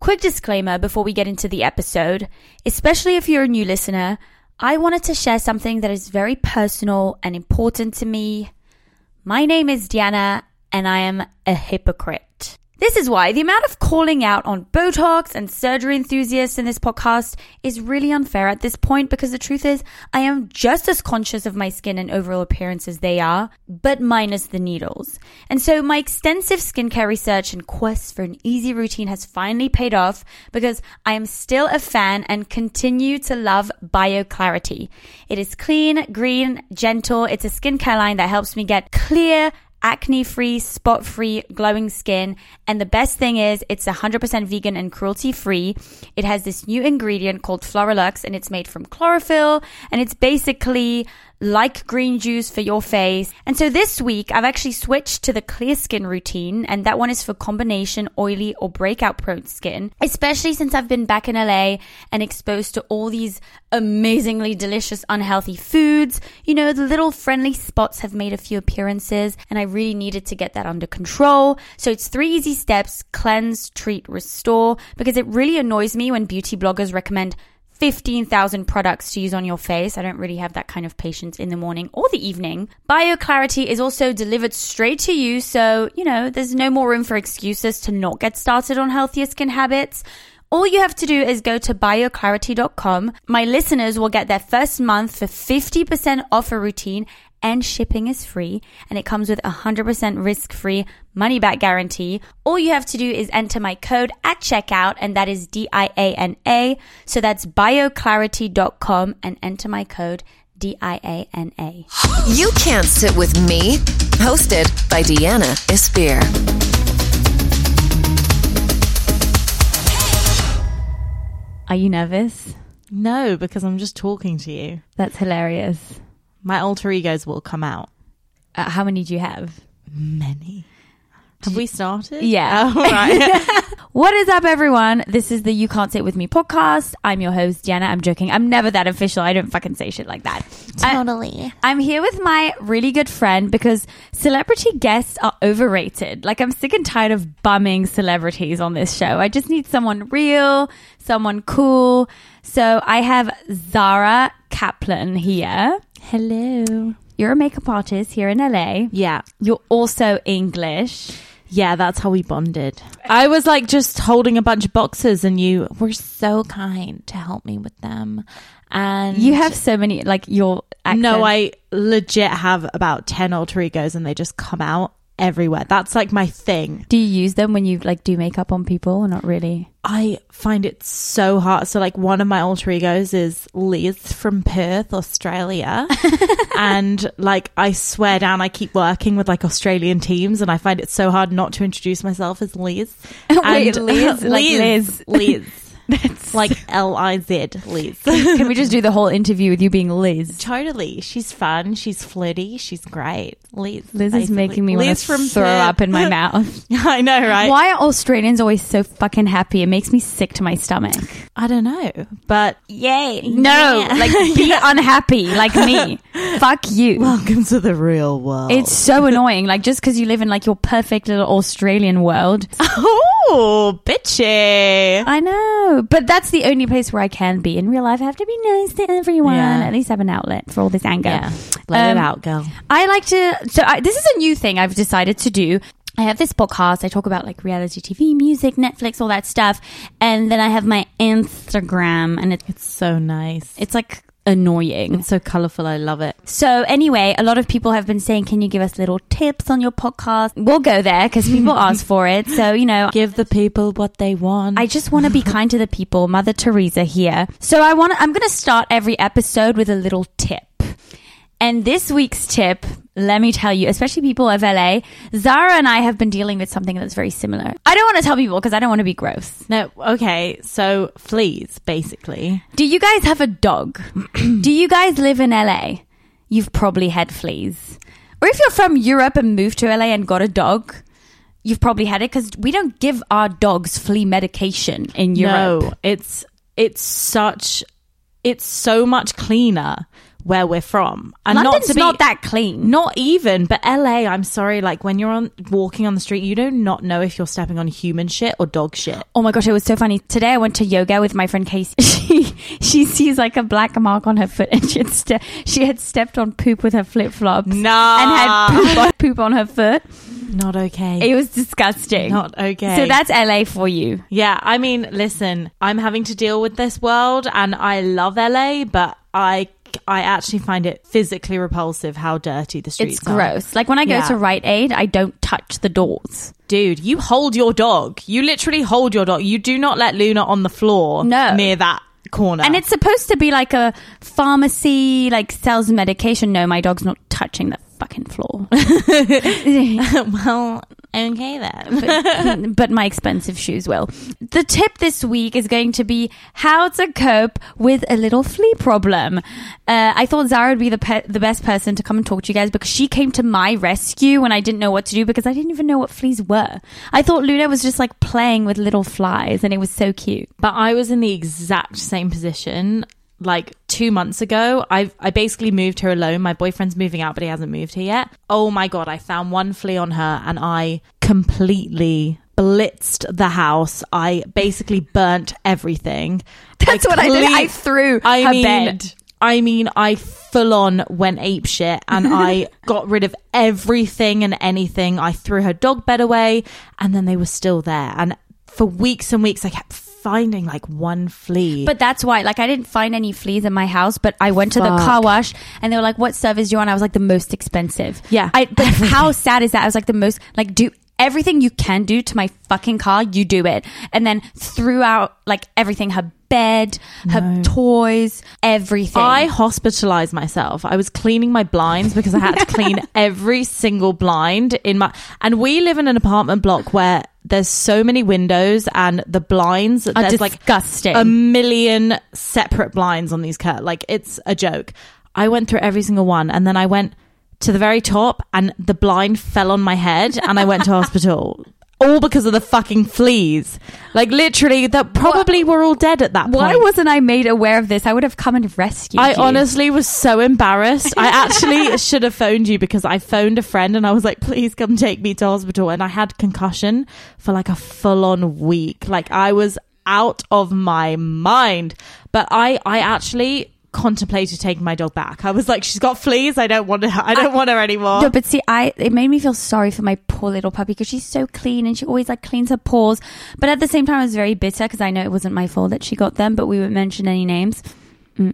Quick disclaimer before we get into the episode, especially if you're a new listener, I wanted to share something that is very personal and important to me. My name is Diana, and I am a hypocrite. This is why the amount of calling out on Botox and surgery enthusiasts in this podcast is really unfair at this point because the truth is, I am just as conscious of my skin and overall appearance as they are, but minus the needles. And so my extensive skincare research and quest for an easy routine has finally paid off because I am still a fan and continue to love BioClarity. It is clean, green, gentle. It's a skincare line that helps me get clear, acne free, spot free, glowing skin. And the best thing is it's 100% vegan and cruelty free. It has this new ingredient called Floralux and it's made from chlorophyll and it's basically like green juice for your face. And so this week I've actually switched to the clear skin routine and that one is for combination oily or breakout prone skin, especially since I've been back in LA and exposed to all these amazingly delicious unhealthy foods. You know, the little friendly spots have made a few appearances and I really needed to get that under control. So it's three easy steps, cleanse, treat, restore, because it really annoys me when beauty bloggers recommend 15,000 products to use on your face. I don't really have that kind of patience in the morning or the evening. BioClarity is also delivered straight to you, so, you know, there's no more room for excuses to not get started on healthier skin habits. All you have to do is go to bioclarity.com. My listeners will get their first month for 50% off a routine and shipping is free and it comes with a 100% risk-free money back guarantee. All you have to do is enter my code at checkout and that is D I A N A. So that's bioclarity.com and enter my code D I A N A. You Can't Sit With Me, hosted by Deanna Espear. Are you nervous? No, because I'm just talking to you. That's hilarious. My alter egos will come out. Uh, how many do you have? Many. Have we started? Yeah. Oh, right. What is up, everyone? This is the You Can't Sit With Me podcast. I'm your host, Jenna. I'm joking. I'm never that official. I don't fucking say shit like that. Totally. I, am here with my really good friend because celebrity guests are overrated. Like, I'm sick and tired of bumming celebrities on this show. I just need someone real, someone cool. So, I have Zara Kaplan here. Hello. You're a makeup artist here in LA. Yeah. You're also English. Yeah, that's how we bonded. I was like just holding a bunch of boxes, and you were so kind to help me with them. And You have so many, like, your accent. no, I legit have about 10 alter egos, and they just come out everywhere. That's like my thing. Do you use them when you like do makeup on people or not really? I find it so hard. So, like, one of my alter egos is Liz from Perth, Australia. and, like, I swear down, I keep working with like Australian teams, and I find it so hard not to introduce myself as Liz. Wait, Liz? Like Liz. Liz. Liz. like L I Z, Liz. Can we just do the whole interview with you being Liz? totally. She's fun. She's flirty. She's great. Liz. Liz is basically. making me want Liz to throw Perth. up in my mouth. I know, right? Why are Australians always so fucking happy? It makes me sick to my stomach. I don't know. But Yay. No, Yeah. like be unhappy like me. Fuck you. welcome to the real world. it's so annoying. Like just because you live in like your perfect little Australian world. Oh, bitchy. I know, but that's the only place where I can be. In real life, I have to be nice to everyone. Yeah. At least have an outlet for all this anger. Let Um, it out, girl. I like to. So I, this is a new thing I've decided to do. I have this podcast. I talk about like reality TV, music, Netflix, all that stuff, and then I have my Instagram, and it, It's so nice. it's like annoying. It's so colorful. I love it. So anyway, a lot of people have been saying, "Can you give us little tips on your podcast?" We'll go there because people ask for it. So you know, Give the people what they want. I just want to be kind to the people. Mother Teresa here. So I want. I'm going to start every episode with a little tip. And this week's tip, let me tell you, especially people of LA, Zara and I have been dealing with something that's very similar. I don't want to tell people because I don't want to be gross. no, okay. So fleas, basically. Do you guys have a dog? Do you guys live in LA? You've probably had fleas. Or if you're from Europe and moved to LA and got a dog, you've probably had it because we don't give our dogs flea medication in Europe. No, it's it's such it's so much cleaner. where we're from. And London's not to be not that clean. not even, but LA, I'm sorry, like when you're on walking on the street, you do not know if you're stepping on human shit or dog shit. Oh my gosh, it was so funny. Today I went to yoga with my friend Casey. She she sees like a black mark on her foot and she had, ste- she had stepped on poop with her flip flops. And had Nah. poop on, poop on her foot. Not okay. It was disgusting. Not okay. So that's LA for you. Yeah, I mean, listen, I'm having to deal with this world and I love LA, but I I actually find it physically repulsive how dirty the streets It's are. gross. Like when I go Yeah. to Rite Aid, I don't touch the doors. Dude, you hold your dog. You literally hold your dog. You do not let Luna on the floor No. near that corner. And it's supposed to be like a pharmacy, like sells medication. No, my dog's not touching the fucking floor. well, okay then. but, but my expensive shoes will. The tip this week is going to be how to cope with a little flea problem. Uh, I thought Zara would be the pe- the best person to come and talk to you guys because she came to my rescue when I didn't know what to do because I didn't even know what fleas were. I thought Luna was just like playing with little flies and it was so cute. But I was in the exact same position like two months ago. I I basically moved her alone. My boyfriend's moving out, but he hasn't moved here yet. Oh my god! I found one flea on her, and I completely blitzed the house. I basically burnt everything. That's what I did. cle- I threw I her mean, bed. I mean, I full on went ape shit and I got rid of everything and anything. I threw her dog bed away and then they were still there. And for weeks and weeks, I kept finding like one flea. But that's why, like, I didn't find any fleas in my house. But I went to the Fuck. car wash, and they were like, "What service do you want?" I was like, "The most expensive." Yeah. I, but how sad is that? I was like, "The most like do everything you can do to my fucking car, you do it," and then threw out like everything: her bed, her toys, everything. I hospitalized myself. I was cleaning my blinds because I had to clean every single blind in my. And we live in an apartment block where there's so many windows and the blinds. are there's like disgusting. a million separate blinds on these curtains. Like it's a joke. I went through every single one, and then I went to the very top, and the blind fell on my head, and I went to hospital. All because of the fucking fleas. Like literally, that probably were all dead at that point. why wasn't I made aware of this? I would have come and rescued. I you. honestly was so embarrassed. I actually should have phoned you because I phoned a friend and I was like, please come take me to hospital. And I had concussion for like a full on week. Like I was out of my mind. But I, I actually contemplated taking my dog back. I was like, she's got fleas. I don't want her. I don't want her anymore. No, but see, I it made me feel sorry for my poor little puppy because she's so clean and she always like cleans her paws. But at the same time, I was very bitter because I know it wasn't my fault that she got them. But we won't mention any names.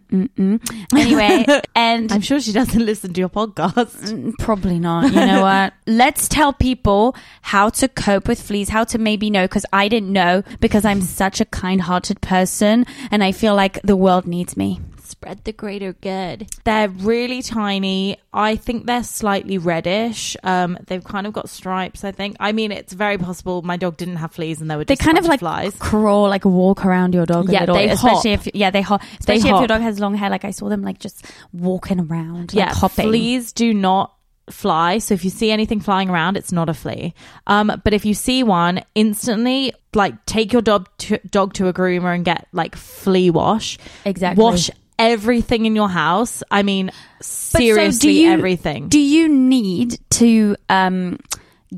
Mm-mm-mm. Anyway, and I'm sure she doesn't listen to your podcast. Probably not. You know what? Let's tell people how to cope with fleas, how to maybe know, because I didn't know because I'm such a kind hearted person and I feel like the world needs me. spread the greater good. They're really tiny. I think they're slightly reddish. Um, they've kind of got stripes. I think. I mean, it's very possible my dog didn't have fleas and they were They just kind of like flies. crawl, like walk around your dog. a Yeah, little, they especially if yeah they hop. Especially if your hop. dog has long hair, like I saw them like just walking around, like Yeah, hopping. fleas do not fly. So if you see anything flying around, it's not a flea. Um, but if you see one, instantly like take your dog to, dog to a groomer and get like flea wash. Exactly. Wash everything in your house. I mean, But so do seriously, you- everything. Do you need to um,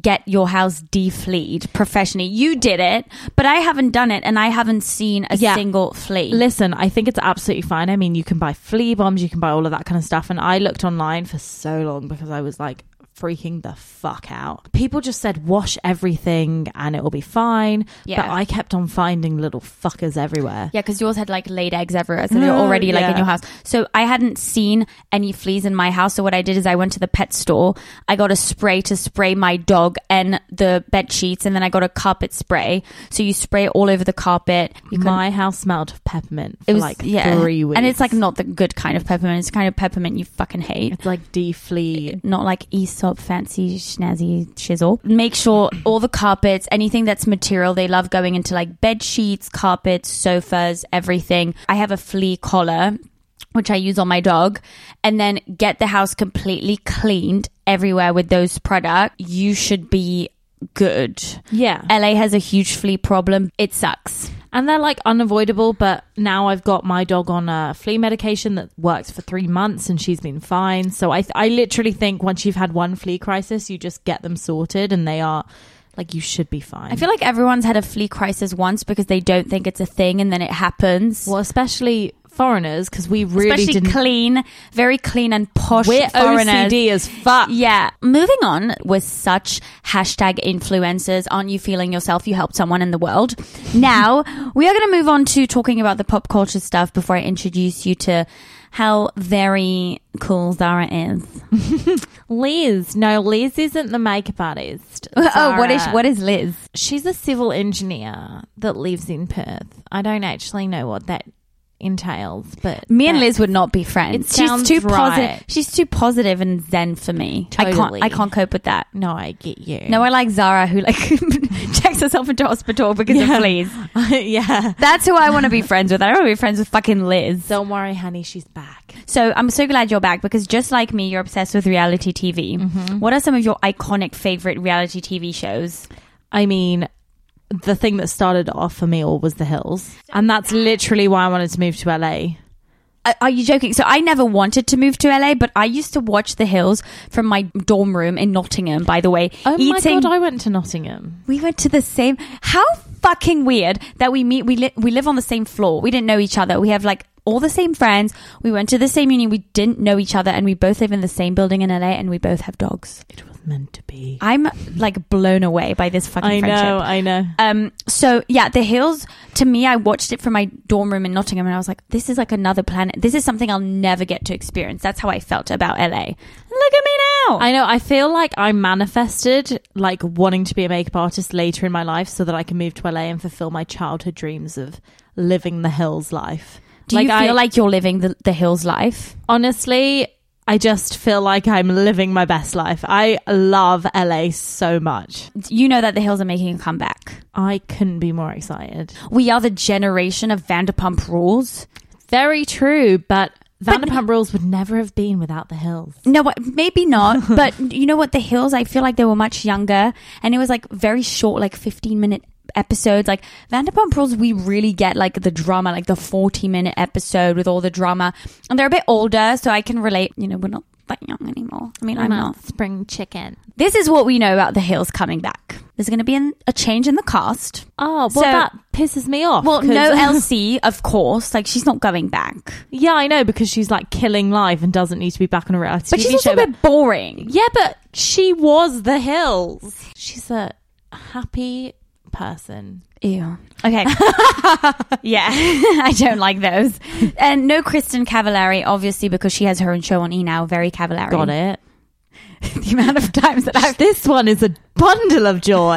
get your house defleed professionally? You did it, but I haven't done it, and I haven't seen a Yeah. single flea. Listen, I think it's absolutely fine. I mean, you can buy flea bombs, you can buy all of that kind of stuff. And I looked online for so long because I was like freaking the fuck out. People just said wash everything and it will be fine. Yeah. But I kept on finding little fuckers everywhere. Yeah, because yours had like laid eggs everywhere, so they're already like in Oh, yeah. your house. So I hadn't seen any fleas in my house. So what I did is I went to the pet store. I got a spray to spray my dog and the bed sheets, and then I got a carpet spray. So you spray it all over the carpet. You can- My house smelled of peppermint for like three weeks. and it's like not the good kind of peppermint. It's the kind of peppermint you fucking hate. it's like deflea. not like Aesop fancy schnazzy shizzle. Make sure all the carpets, anything that's material, they love going into like bed sheets, carpets, sofas, everything. I have a flea collar which I use on my dog and then get the house completely cleaned everywhere with those product. You should be good. Yeah. LA has a huge flea problem. It sucks. And they're like unavoidable, but now I've got my dog on a flea medication that works for three months and she's been fine. So I, th- I literally think once you've had one flea crisis, you just get them sorted and they are like, you should be fine. I feel like everyone's had a flea crisis once because they don't think it's a thing and then it happens. well, especially foreigners, because we really Especially didn't. clean, very clean and posh We're foreigners. OCD as fuck. Yeah. Moving on with such hashtag influencers, aren't you feeling yourself? You helped someone in the world. Now, we are going to move on to talking about the pop culture stuff before I introduce you to how very cool Zara is. Liz, no, Liz isn't the makeup artist. Oh, what is Zara. what is Liz? She's a civil engineer that lives in Perth. I don't actually know what that entails, but Me and that- Liz would not be friends. It She's sounds too right. positive. She's too positive and zen for me. I can't. Totally. I can't cope with that. No, I get you. No, I like Zara who like checks herself into hospital because Yeah. of fleas. yeah. That's who I want to be friends with. I don't want to be friends with fucking Liz. Don't worry, honey. She's back. So I'm so glad you're back because just like me, you're obsessed with reality TV. Mm-hmm. What are some of your iconic favorite reality TV shows? I mean, the thing that started off for me all was the hills, and that's literally why I wanted to move to LA. Uh, Are you joking? So I never wanted to move to LA, but I used to watch The Hills from my dorm room in Nottingham. By the way, Oh eating my god, I went to Nottingham. we went to the same. How fucking weird that we meet. We li- we live on the same floor. We didn't know each other. We have like all the same friends. We went to the same uni. We didn't know each other, and we both live in the same building in LA, and we both have dogs. It was meant to be. I'm like blown away by this fucking I friendship. know. I know. Um, so yeah, The Hills to me, I watched it from my dorm room in Nottingham, and I was like, "This is like another planet. This is something I'll never get to experience." That's how I felt about LA. Look at me now. I know. I feel like I manifested like wanting to be a makeup artist later in my life so that I can move to LA and fulfill my childhood dreams of living the hills life. Do you feel I, like you're living the, the Hills life? honestly, I just feel like I'm living my best life. I love LA so much. You know that The Hills are making a comeback. I couldn't be more excited. We are the generation of Vanderpump Rules. Very true, but Vanderpump Rules would never have been without the hills. No, what- maybe not. but you know what? The Hills, I feel like they were much younger and it was like very short, like 15 minute episodes. Like Vanderpump Rules, we really get like the drama, like the 40 minute episode with all the drama. And they're a bit older, so I can relate. You know, we're not that young anymore. I mean, I'm not. spring chicken. This is what we know about The Hills coming back. There's going to be an, a change in the cast. Oh, well, So- that pisses me off. Well, 'cause- no LC, of course. Like, she's not going back. yeah, I know because she's like killing life and doesn't need to be back on a reality But TV she's also show. a bit boring. Yeah, but she was the hills. She's a happy person. Ew. Okay. yeah, I don't like those. And no Kristen Cavallari, obviously, because she has her own show on E now, very Cavallari. Got it. The amount of times that I've. This one is a bundle of joy.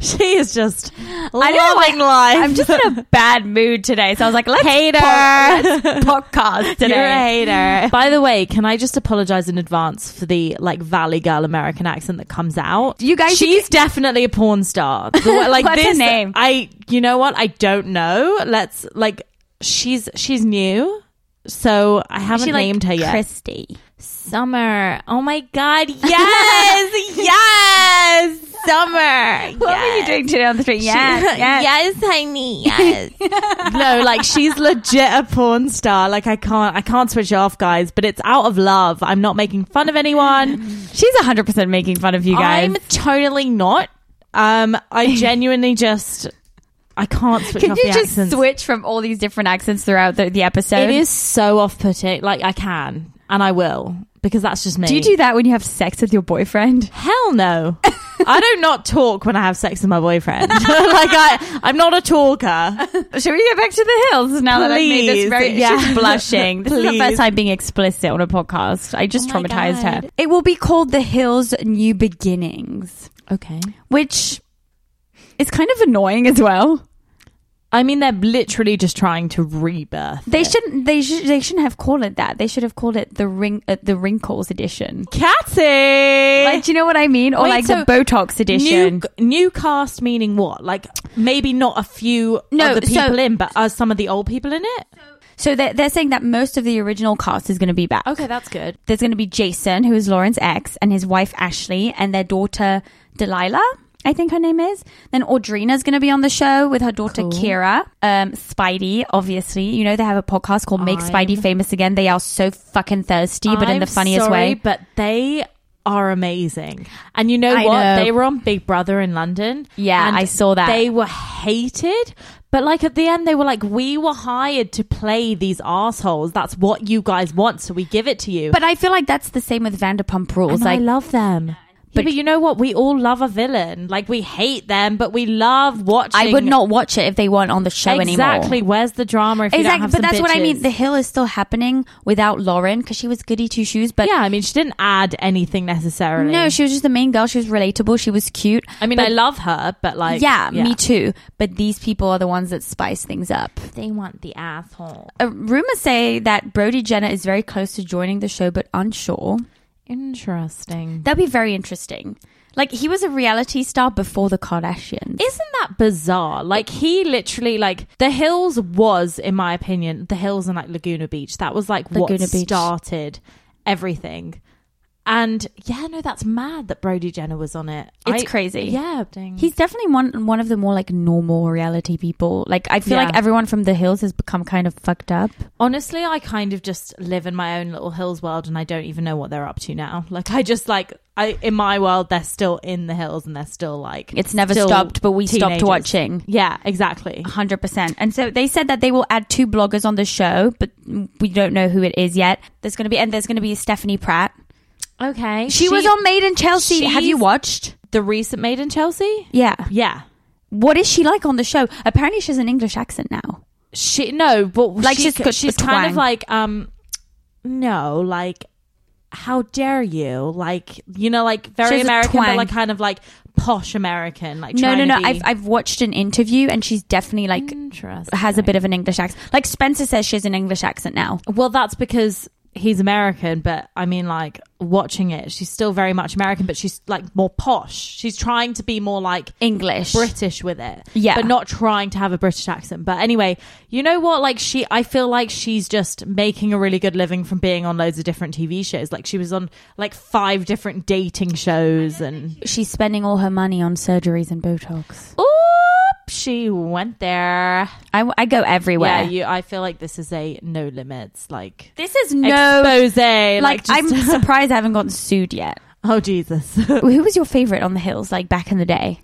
she is just I know, loving life. I'm just in a bad mood today, so I was like, let's Hater. po- let's podcast today. You're a hater. By the way, can I just apologize in advance for the like Valley Girl American accent that comes out? You guys- she's definitely a porn star. The way- like What's her this, name? I, you know what? I don't know. Let's like, she's she's new, so I Is haven't she, like, named her yet. Christy. Summer. Oh my God. Yes. yes. Summer. What were you doing today on the street? Yeah, yeah. Yes, honey. Yes. no, like she's legit a porn star. Like I can't, I can't switch off, guys. But it's out of love. I'm not making fun of anyone. She's 100% making fun of you guys. I'm totally not. Um, I genuinely just, I can't switch Can off you the just accents. switch from all these different accents throughout the, the episode? it is so off-putting. Like I can and I will because that's just me. Do you do that when you have sex with your boyfriend? Hell no. I don't not talk when I have sex with my boyfriend. like I, I'm not a talker. Should we get back to the hills now that I've made this Please, very yeah. she's blushing. This is the Please. first time being explicit on a podcast. I just Oh my traumatized her. God. It will be called The Hills New Beginnings, Okay. which is kind of annoying as well. I mean, they're literally just trying to rebirth. They shouldn't they should they shouldn't have called it that. They should have called it the ring uh, the wrinkles edition. Catty. Like do you know what I mean? Or Wait, like the so Botox edition. New, new cast meaning what? Like maybe not a few No, no, the so- people in, but are some of the old people in it? so they're, they're saying that most of the original cast is going to be back. that's good. There's going to be Jason, who is Lauren's ex, and his wife Ashley, and their daughter Delilah. I think her name is. Then Audrina's going to be on the show with her daughter Cool. Kira. Um, Spidey, obviously. You know, they have a podcast called Make Spidey I'm- Famous Again. They are so fucking thirsty, but in I'm the funniest sorry, way. But they are amazing. And you know I what? know. They were on Big Brother in London. Yeah, and I saw that. They were hated. But like at the end, they were like, "We were hired to play these assholes. That's what you guys want, so we give it to you." But I feel like that's the same with Vanderpump Rules. And Like, I love them. But- But, but you know what? We all love a villain. Like we hate them, but we love watching. I would not watch it if they weren't on the show exactly. anymore. Where's the drama? If You don't Exactly, have but some that's what I mean. bitches? The hill is still happening without Lauren because she was goody two shoes, but yeah, I mean, she didn't add anything necessarily. no, she was just the main girl. She was relatable. She was cute. I mean, I love her, but like, yeah, me too. But these people are the ones that spice things up. They want the asshole. Uh, rumors say that Brody Jenner is very close to joining the show, but unsure. Interesting. That'd be very interesting. Like he was a reality star before the Kardashians. Isn't that bizarre? Like he literally like the hills was, in my opinion, the hills and like Laguna Beach. That was like Laguna what Beach. started everything. And yeah, no, that's mad that Brody Jenner was on it. It's crazy. Yeah, dang. He's definitely one one of the more like normal reality people. Like I feel Yeah. like everyone from the hills has become kind of fucked up. honestly, I kind of just live in my own little hills world, and I don't even know what they're up to now. Like I just like I in my world, they're still in the hills, and they're still like It's never still stopped, but we stopped teenagers. watching. Yeah, exactly. 100%. And so they said that they will add two bloggers on the show, but we don't know who it is yet. There's going to be and there's going to be Stephanie Pratt. Okay, She, was on Made in Chelsea. Have you she's- watched? the recent Made in Chelsea? Yeah. Yeah. What is she like on the show? Apparently she has an English accent now. She no, but Like, like she's she's got she's the kind of twang. like um no, like how dare you? Like you know, like very has a American, but twang. like kind of like posh American. Like No, no, trying no. to be- Mm. I've I've watched an interview and she's definitely like Interesting. has a bit of an English accent. Like Spencer says she has an English accent now. well, that's because he's American, but I mean, like watching it, she's still very much American, but she's like more posh. She's trying to be more like English. British with it. Yeah. But not trying to have a British accent. But anyway, you know what? Like she I feel like she's just making a really good living from being on loads of different TV shows. Like she was on like five different dating shows and She's spending all her money on surgeries and Botox. Oop, she went there. I, I go everywhere. Yeah, you I feel like this is a no limits like this is no expose. Like, like just- I'm surprised I haven't gotten sued yet. Oh Jesus. Who was your favorite on the hills like back in the day?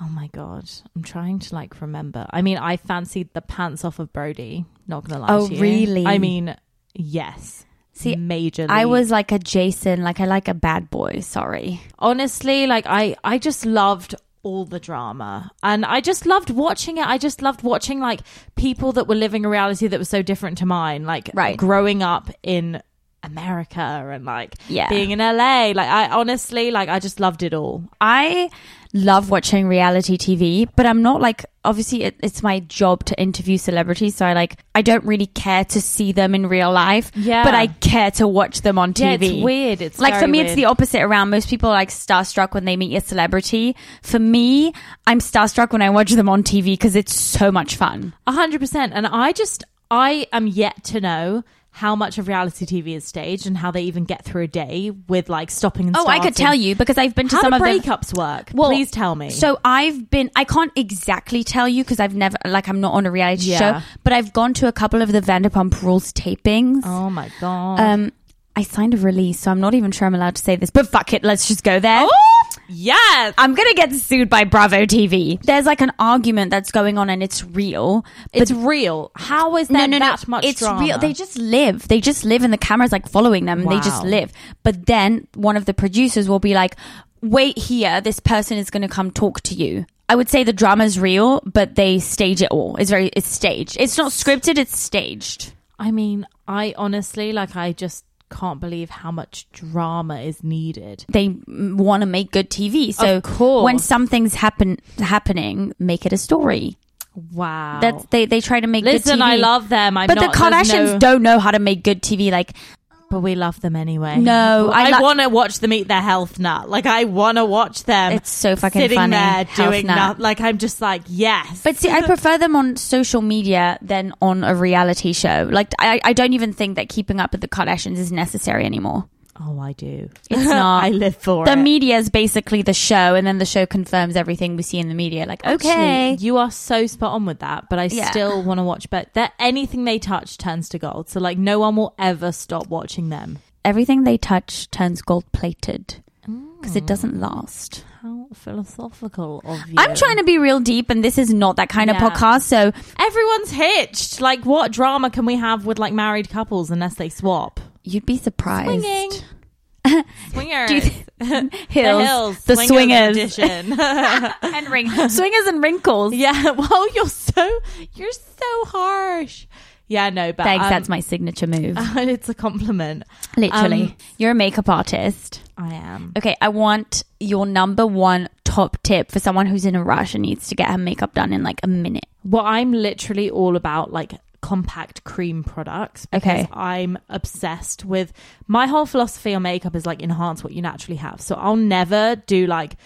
Oh my god, I'm trying to like remember. I mean, I fancied the pants off of Brody. Not gonna lie. Oh, to you. really? I mean, yes. See, major. I was like a Jason, like I like a bad boy. Sorry, honestly like I I just loved all the drama and I just loved watching it. I just loved watching like people that were living a reality that was so different to mine. Like Right. growing up in America and like Yeah. being in LA. Like I honestly like I just loved it all. I love watching reality TV, but I'm not like obviously it, it's my job to interview celebrities, so I like I don't really care to see them in real life. Yeah. but I care to watch them on TV. Yeah, it's weird. It's like for very me, it's weird. the opposite around. Most people are like starstruck when they meet a celebrity. For me, I'm starstruck when I watch them on TV because it's so much fun. A hundred percent. And I just I am yet to know how much of reality TV is staged and how they even get through a day with like stopping and Oh, I could starting. tell you because I've been to How some do of the breakups work? Well, Please tell me. So I've been, I can't exactly tell you because I've never, like, I'm not on a reality Yeah. show, but I've gone to a couple of the Vanderpump Rules tapings. oh my god. Um, I signed a release, so I'm not even sure I'm allowed to say this, but fuck it, let's just go there. Oh, yes. I'm gonna get sued by Bravo TV. There's like an argument that's going on and it's real. But It's real. How is there that much it's drama? real. They just live. They just live, and the camera's like following them. and They just Wow. live. But then one of the producers will be like, "Wait here. This person is going to come talk to you." I would say the drama's real, but they stage it all. It's very it's staged. It's not scripted. It's staged. I mean, I honestly like I just can't believe how much drama is needed. They want to make good TV, so Of course. when something's happen happening, make it a story. Wow. That's they they try to make. Oh. Listen, good TV. I love them. I'm But not, the there's Kardashians no- don't know how to make good TV. Like But we love them anyway. No, I I, lo- want to watch them eat their health nut. Like I want to watch them. It's so fucking sitting funny. there Health doing nut. noth- Like I'm just like yes. But see, I prefer them on social media than on a reality show. Like, I, I don't even think that keeping up with the Kardashians is necessary anymore. Oh, I do. It's not. I live for the it. media is basically the show, and then the show confirms everything we see in the media. Like, Actually, okay, you are so spot on with that, but I Yeah. still want to watch. But that anything they touch turns to gold, so like no one will ever stop watching them. everything they touch turns gold plated because Mm. it doesn't last. How philosophical of you! I'm trying to be real deep, and this is not that kind of Yeah. podcast. So Everyone's hitched. Like, what drama can we have with like married couples unless they swap? you'd be surprised. Swinging. Swingers. Do you think- Hills, the hills. the swingers. swingers, edition. and wrinkles. swingers and wrinkles. yeah. Well, you're so you're so harsh. Yeah. No. But Thanks, um, that's my signature move. it's a compliment. Literally, um, you're a makeup artist. I am. Okay, I want your number one top tip for someone who's in a rush and needs to get her makeup done in like a minute. Well, I'm literally all about like compact cream products because Okay. I'm obsessed with my whole philosophy on makeup is like enhance what you naturally have. So I'll never do like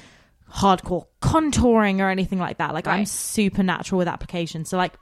hardcore contouring or anything like that. Like I'm Right. super natural with application. So like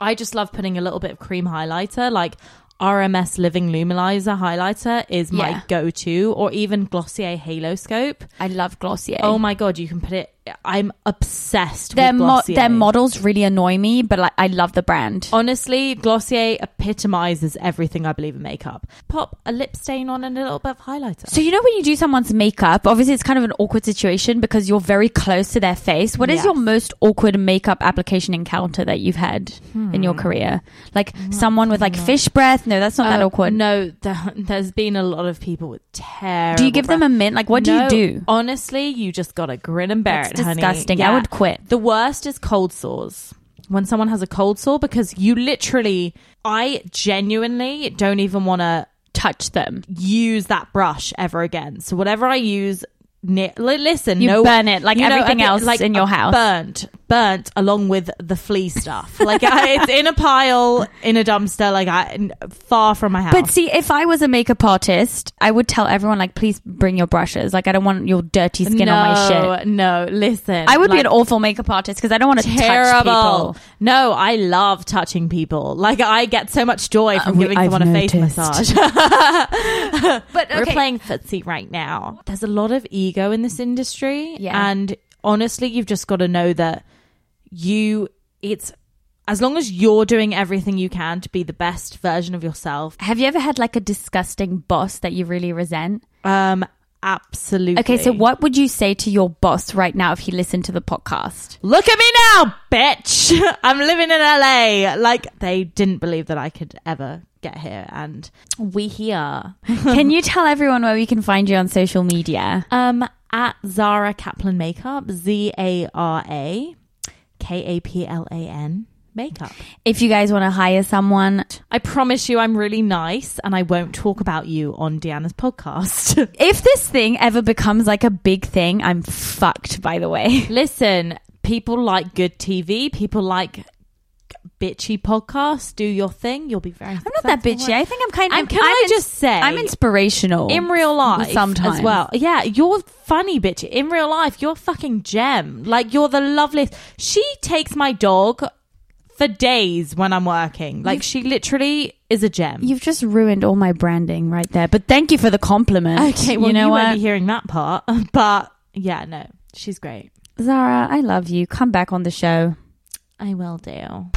I just love putting a little bit of cream highlighter, like RMS Living Luminizer highlighter is my Yeah. go-to or even Glossier Halo Scope. I love Glossier. Oh my god, you can put it I'm obsessed their with mo- Glossier. Oh. their models really annoy me, but like I love the brand. Honestly, Glossier epitomizes everything I believe in makeup. Pop a lip stain on and a little bit of highlighter. So you know when you do someone's makeup, obviously it's kind of an awkward situation because you're very close to their face. What is Yes. your most awkward makeup application encounter that you've had in Hmm. your career? Like Mm, someone with like fish breath? No, that's not that Oh, awkward. No, th- there's been a lot of people with terrible. do you give them a mint? Like what do you do? Honestly, you just gotta grin and bear That's it, honey. disgusting. I would quit. The worst is cold sores. When someone has a cold sore, because you literally, I genuinely don't even want to Touch them. use that brush ever again. So whatever I use, ni- li- listen, You no, burn it like everything I think, else in your house. burnt, burnt along with the flea stuff. Like I, it's in a pile in a dumpster, like I, n- far from my house. But see, if I was a makeup artist, I would tell everyone like, please bring your brushes. Like I don't want your dirty skin no, on my shit. no, listen, I would be like, an awful makeup artist because I don't want to touch people. Terrible. No, I love touching people. Like I get so much joy from Uh, we- giving I've someone a face noticed. massage. But We're playing footsie right now. There's a lot of ego in this industry. Yeah. And honestly, you've just got to know that you, it's as long as you're doing everything you can to be the best version of yourself. Have you ever had like a disgusting boss that you really resent? Um, absolutely. Okay, so what would you say to your boss right now if he listened to the podcast? Look at me now, bitch. I'm living in LA. Like, they didn't believe that I could ever get here. And we here. Can you tell everyone where we can find you on social media? Um, at Zara Kaplan Makeup, Z A R A K A P L A N Makeup. If you guys want to hire someone, I promise you, I'm really nice, and I won't talk about you on Deanna's podcast. if this thing ever becomes like a big thing, I'm fucked, by the way. Listen, people like good TV. People like bitchy podcasts. Do your thing. You'll be very. I'm not that bitchy. I think I'm kind of. And can I just say- I'm inspirational in real life sometimes as well. Yeah, you're funny, bitch. In real life, you're a fucking gem. Like you're the loveliest. She takes my dog for days when I'm working. Like she literally is a gem. You've just ruined all my branding right there. But thank you for the compliment. okay, well you know won't what, be hearing that part, but yeah, no, she's great. Zara, I love you. Come back on the show. I will do.